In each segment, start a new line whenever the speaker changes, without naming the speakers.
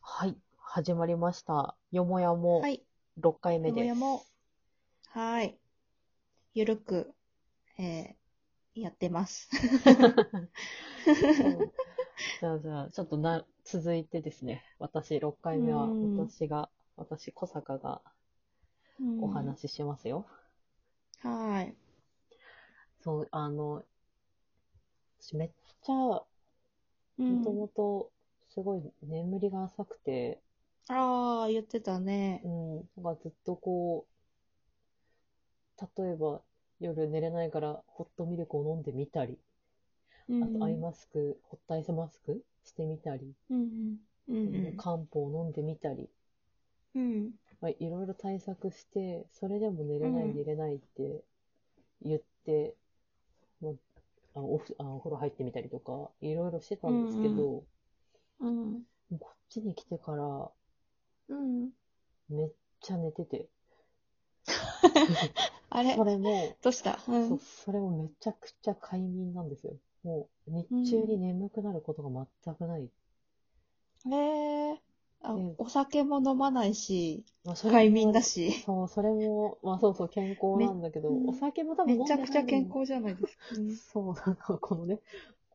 はい、始まりました。よもやも
はい。
6回目
よも
で
や
す。
も、はーい。ゆるく、えー、やってます。
そう じゃあじゃあ、ちょっとな、続いてですね、私6
う
回目は
ん。う
私が、私小坂がお
ん。
話ししますよ。
はーい。
そう、あの、私めっちゃ、も
う
と
ん。
もとすごい眠りが浅くて、
ああ、言ってた
う
ね。
ん、なんかずっとこう、例えば夜寝れないからホットミルクを飲んでみたり、
う
あとアイ
ん。
マスク、ホットアイスマスクしてみたり、
うん。う
うん、
ん。
漢方を飲んでみたり、
うん。
まあ、いろいろ対策して、それでも寝
う
れない寝
ん。
れないって言って、もうあおふあお風呂入ってみたりとか、いろいろしてた
うん
ですけ
ん。
ど、
うん。
こっちに来てから
うん。
めっちゃ寝て て、
あ
そ
れ
れも、
どうしたう
そう、
ん。
それもめちゃくちゃ快眠なんですよ。もう日
う
中に
ん。
眠くなることが全くない。
えー、あ、
で、
お酒も飲まないし、
まあ、それ
快眠だ
も、
し。
そう、それも、まあそうそう、健康な
め、
んだけ
う
ど、お
ん。
酒も多分
め
飲
ち
ん
ゃ
で
く
な
ちゃ
い
健
ん、
康じゃないですか。うん。
そう、なんかこのね、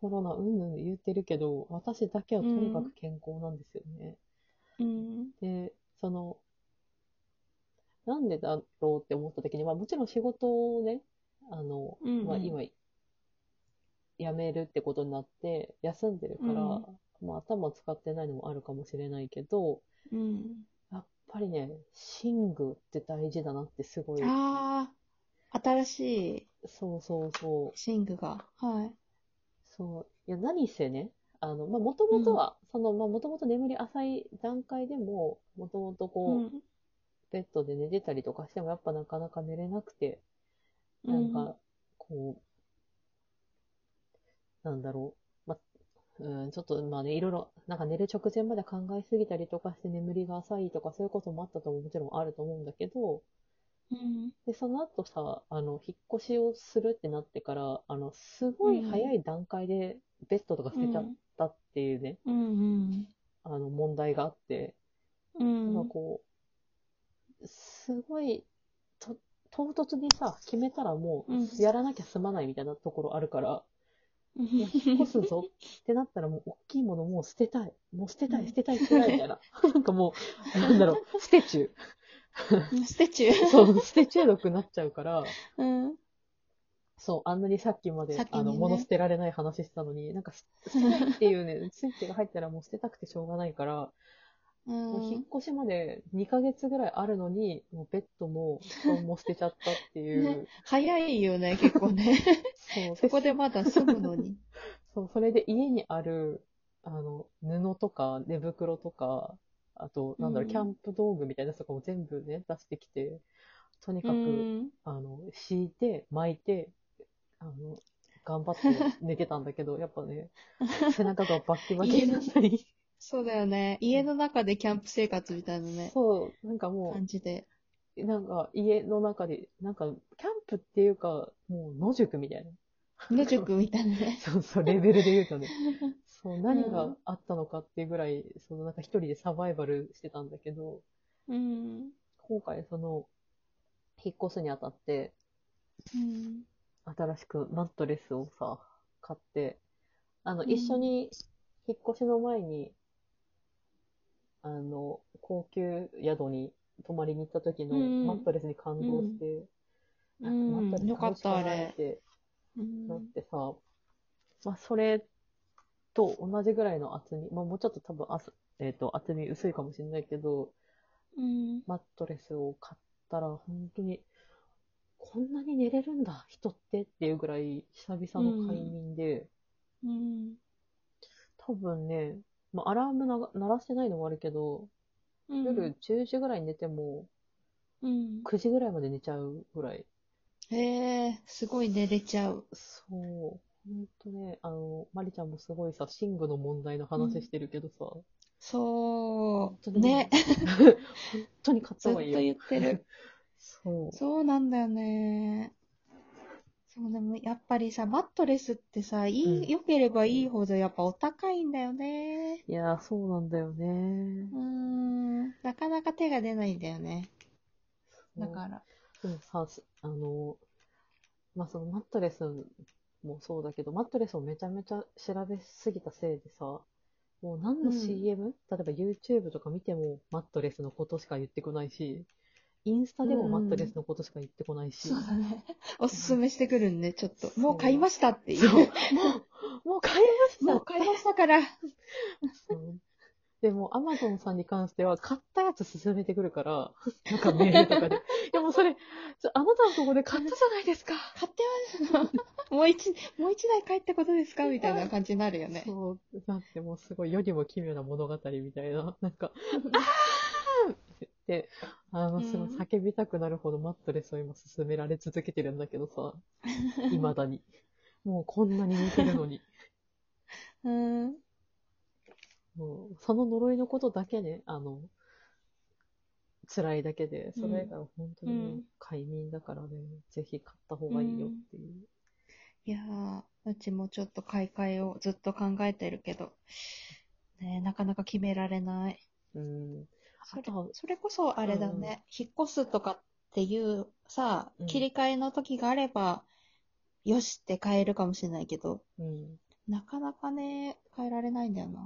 コロナうんうん言ってるけど、私だけは
う
とにかく
ん。
健康なんですよね。
うん。
で、その、なんでだろうって思った時に、まあもちろん仕事をね、あの、
う
まあ
ん。
今辞めるってことになって休んでる
う
から、
ん。
まあ、頭使ってないのもあるかもしれないけど
うん。
やっぱりね寝具って大事だなってすごい
ああ、新しい
そうそうそ
寝具が。はい。
うそういや何せねあの、まあ、もと
う
もと
ん、
はその、まあ、もともと眠り浅い段階でももともと
う
こ
ん、
うベッドで寝てたりとかしてもやっぱなかなか寝れなくて
う
なん
ん、
かこうなんだろう、まあうん、ちょっとまあね、いろいろ、なんか寝る直前まで考えすぎたりとかして眠りが浅いとかそういうこともあったとももちろんあると思うんだけど、
うん、
で、その後さ、あの、引っ越しをするってなってから、あの、す
う
ごい早
ん、
い段階でベッドとか捨
う
てちゃっ
ん、
たっていうね、
うん、
あの、問題があって、
う
なんか
ん、
こう、すごい、と、唐突にさ、決めたらも
うん、
う、やらなきゃ済まないみたいなところあるから、
う
いや、引っ越す
ん、
ぞってなったらもう大きいものもう捨てたい。もう捨てたい、捨てたい、捨てたいみたい な。なんかもう、なんだろう、捨て中。
ステチュ
そう、
ー。
捨て中毒になっちゃうから、
うん、
そう、あんなにさっきまで、あ
先
の、
に
物捨
ね。
てられない話してたのに、なんかす捨てないっていうね、スイッチが入ったらもう捨てたくてしょうがないから、
う
もう引っ
ん、
越しまで2ヶ月ぐらいあるのに、もうベッドも布団も捨てちゃったってい
ね、
う、
早いよね、結構ね。
そう、
そ
で
こ
す。
でまだ住むのに。
そう、それで家にある、あの、布とか寝袋とか、あと、
う
なんだろう、キャ
ん、
ンプ道具みたいなやつとかも全部ね、出してきて、とに
う
かく、
ん、
あの、敷いて、巻いて、あの、頑張って寝てたんだけど、やっぱね、背中がバッキバキ
家
にな
の、
ったり、
そうだよね。
う
家
ん
の中でキャンプ生活みたいなね、
そう、なんかも
感じで。
う、なんか家の中で、なんか、キャンプっていうか、もう野宿みたいな。
野宿みたいなね。
そうそう、レベルで言うとね。そう、
う
何が
ん、
あったのかっていうぐらい、そのなんか一人でサバイバルしてたんだけど、
うん、
今回その、引っ越すにあたって、
うん、
新しくマットレスをさ、買って、あの、
う
一緒
ん、
に、引っ越しの前に、あの、高級宿に泊まりに行った時
う
のマッ
ん、
トレスに感
う
動し
ん。
て、
う
あ、マットレ
ん、
ス
よか
買う
っ、
したか
あ
ないっ
れ。
て
う
なっ
ん。
てさ、まあ、それと同じぐらいの厚み、まあ、もうちょっと多分あす、えっと、厚み薄いかもしれないけど、
うん。
マットレスを買ったら、本当に、こんなに寝れるんだ、人ってっていうぐらい、久
う
々の快
ん。
眠で、
うん。
多分ね、まあ、アラームなが鳴らしてないのもあるけど、
うん。
夜10時ぐらいに寝ても、
うん
9時ぐらいまで寝ちゃうぐらい。
へえ、すごい寝れちゃう。
そう、ほんとね、あの、まりちゃんもすごいさ、寝具の問題の
う
話し
ん。
てるけどさ、本
そ
当
う。
にね、
ね。
本当に買った
ず
方
っ
がいい
と
よ。
言ってる。
そう。
そうなんだよね。そうでも、やっぱりさ、マットレスってさ、いうい、
ん。
良ければいいほどやっぱお高いんだよね。
いやー、そうなんだよね。
うーん、なかなか手が出ないんだよね。だから。
でもさ、すあの、まあ、そのマットレスもそうだけど、マットレスをめちゃめちゃ調べすぎたせいでさ、もう何の
うん
CM?、例えば YouTube とか見てもマットレスのことしか言ってこないし、インスタでもマットレスのことしか言ってこないし、
そうだね。おすすめしてくるんで、ちょっと。
そう
もう買いましたってい
そう
う。
もう買いました
もう買いましたから。
うんでも、アマゾンさんに関しては、買ったやつ勧めてくるから、なんかメールと かで。いや、もうそれ、ちょあなたのとこで買ったじゃないですか。
買ってます。 もう一、もう一台買えってことですかみたいな感じになるよね。
そう、だってもうすごい、世にも奇妙な物語みたいな、なんか、あーって、あの、すごい
うん
叫びたくなるほどマットレスを今勧められ続けてるんだけど さ、未だに。もうこんなに似てるのに。
うん。
もう、その呪いのことだけね、あの、辛いだけで、
う
そ
ん
れ以外は本当にね、
うん
快眠だからね、ぜひ買った方がいいよっていう。
いやー、うちもちょっと買い替えをずっと考えてるけど、ね、なかなか決められない。
うん。
それ
あとは
それこそあれだね、引っ越すとかっていうさ
うん、
切り替えの時があれば、よしって買えるかもしれないけど、
うん。
なかなかね、変えられないんだよな。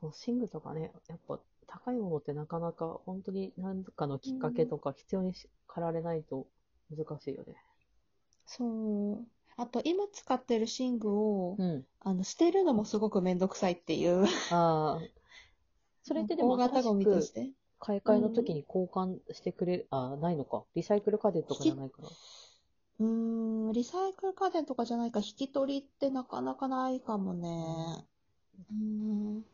そう、寝具とかね、やっぱ高いものってなかなか本当に何かのきっかけとか必要にし駆られないと難しいよね。
そう。あと、今使ってる寝具を、
うん。
あの、捨てるのもすごくめんどくさいっていう。
ああ。それってでも
大型ゴ
新
ミ
し
と
く
して。
買い替えの時に交換してくれる、ああ、ないのか。リサイクル家電とかじゃないから。
うーん、リサイクル家電とかじゃないか、引き取りってなかなかないかもね。うーん。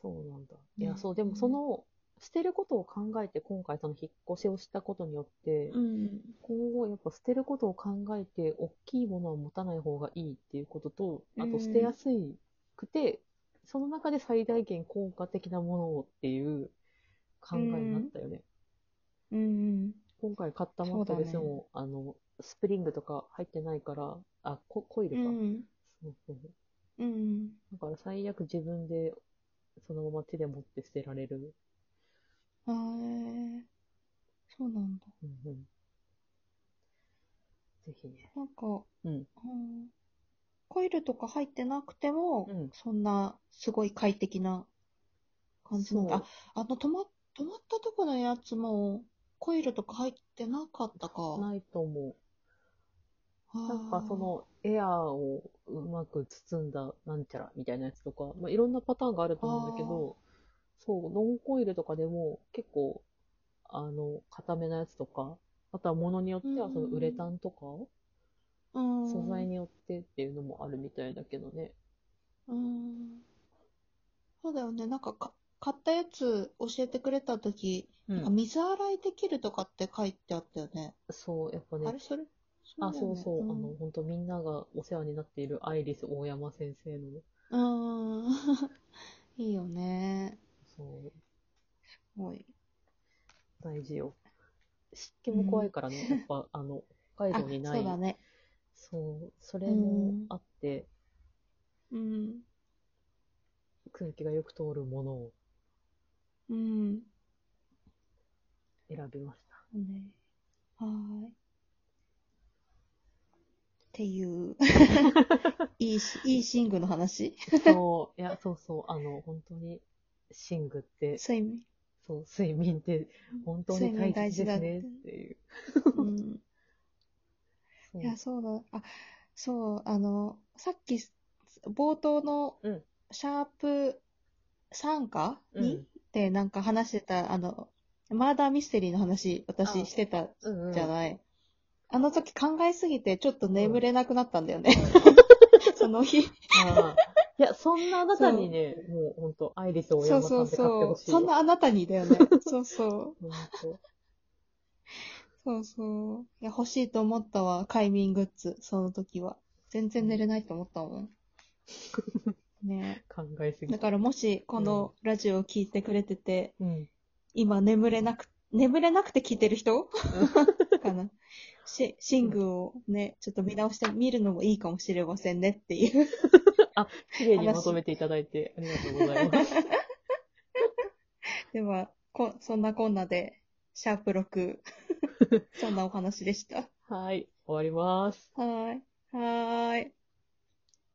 そうなんだ。いや、
ね
そう、でもその、捨てることを考えて、今回その引っ越しをしたことによって、
うん。
今後やっぱ捨てることを考えて、大きいものは持たない方がいいっていうことと、あ
う
と
ん
捨てやすくて、その中で最大限効果的なものをっていう考えになったよね。
うん。
今回買ったマットレスも、あの、スプリングとか入ってないから、あ、ココイル
う
か。
ん。
そうそうそう
うん。
だから最悪自分でそのまま手で持って捨てられる。
あーそうなんだ。
うんうんぜひね。
なんか、
うん。
うんコイルとか入ってなくても、
うん
そんな、すごい快適な感じなんだ。
そう
あ、あの、止ま、止まったとこのやつも、コイルとか入ってなかったか。
ないと思う。
な
なんかそ、のエアーをうまく包んだなんちゃらみたいなやつとか、まあ、いろんなパターンがあると思うんだけど、そう、ノンコイルとかでも結構、あの、固めなやつとか、あとは物によってはその
うん
ウレタンとか、
うん、
素材によってっていうのもあるみたいだけどね。
うーんそうだよね。なんかか、買ったやつ教えてくれたとき、
う
なんか
ん。
水洗いできるとかって書いてあったよね。
そう、やっぱね
あれ、それ
あ、そう
だ
そ
よ
う、あ
ね
の、本当みんながお世話になっているアイリス大山先生の、
うん。う ーん。いいよね。
そう、
おい。
大事よ。湿気も怖いからね、やっぱ、あの、北海道にな
あ、そ
い。
うだね。
そう、それもあって、
うん。
空気がよく通るものを
うん。
選びました。
ね、はーい。っ ていう、いいし、いい寝具の話
そう、いや、そうそう、あの、本当に、寝具って、
睡眠。
そう、睡眠って、本当に大事ですね
睡眠大事だっ
っていう。
うん。
そう
いや、そうだ。あ、そう、あの、さっき、冒頭の
うん、
シャープ3か
うん
にってなんか話してた、あの、マーダーミステリーの話、
あ
私してた
うんうん
じゃない。あの時考えすぎて、ちょっと眠れなくなったんだよね。 その日。
ああいや、そんなあなたにね、もう本当、アイリス大
そう
山さ
そ
んっ
う
て買ってほ
そ
し
う。
い。
そんなあなたに だよね。そうそう。
本当
そうそう。いや、欲しいと思ったわ。快眠グッズ、その時は。全然寝れないと思ったも ん。ね
考えすぎ
だ
た。
からもし、このラジオを聞いてくれてて、
うん。
今眠れなく、眠れなくて聞いてる人かな。し、寝具をね、ちょっと見直してみるのもいいかもしれませんねっていう。
あ、綺麗にまとめていただいてありがとうございます。
では、こ、そんなこんなで、シャープ6、そんなお話でした。
はい、終わります。
はーい。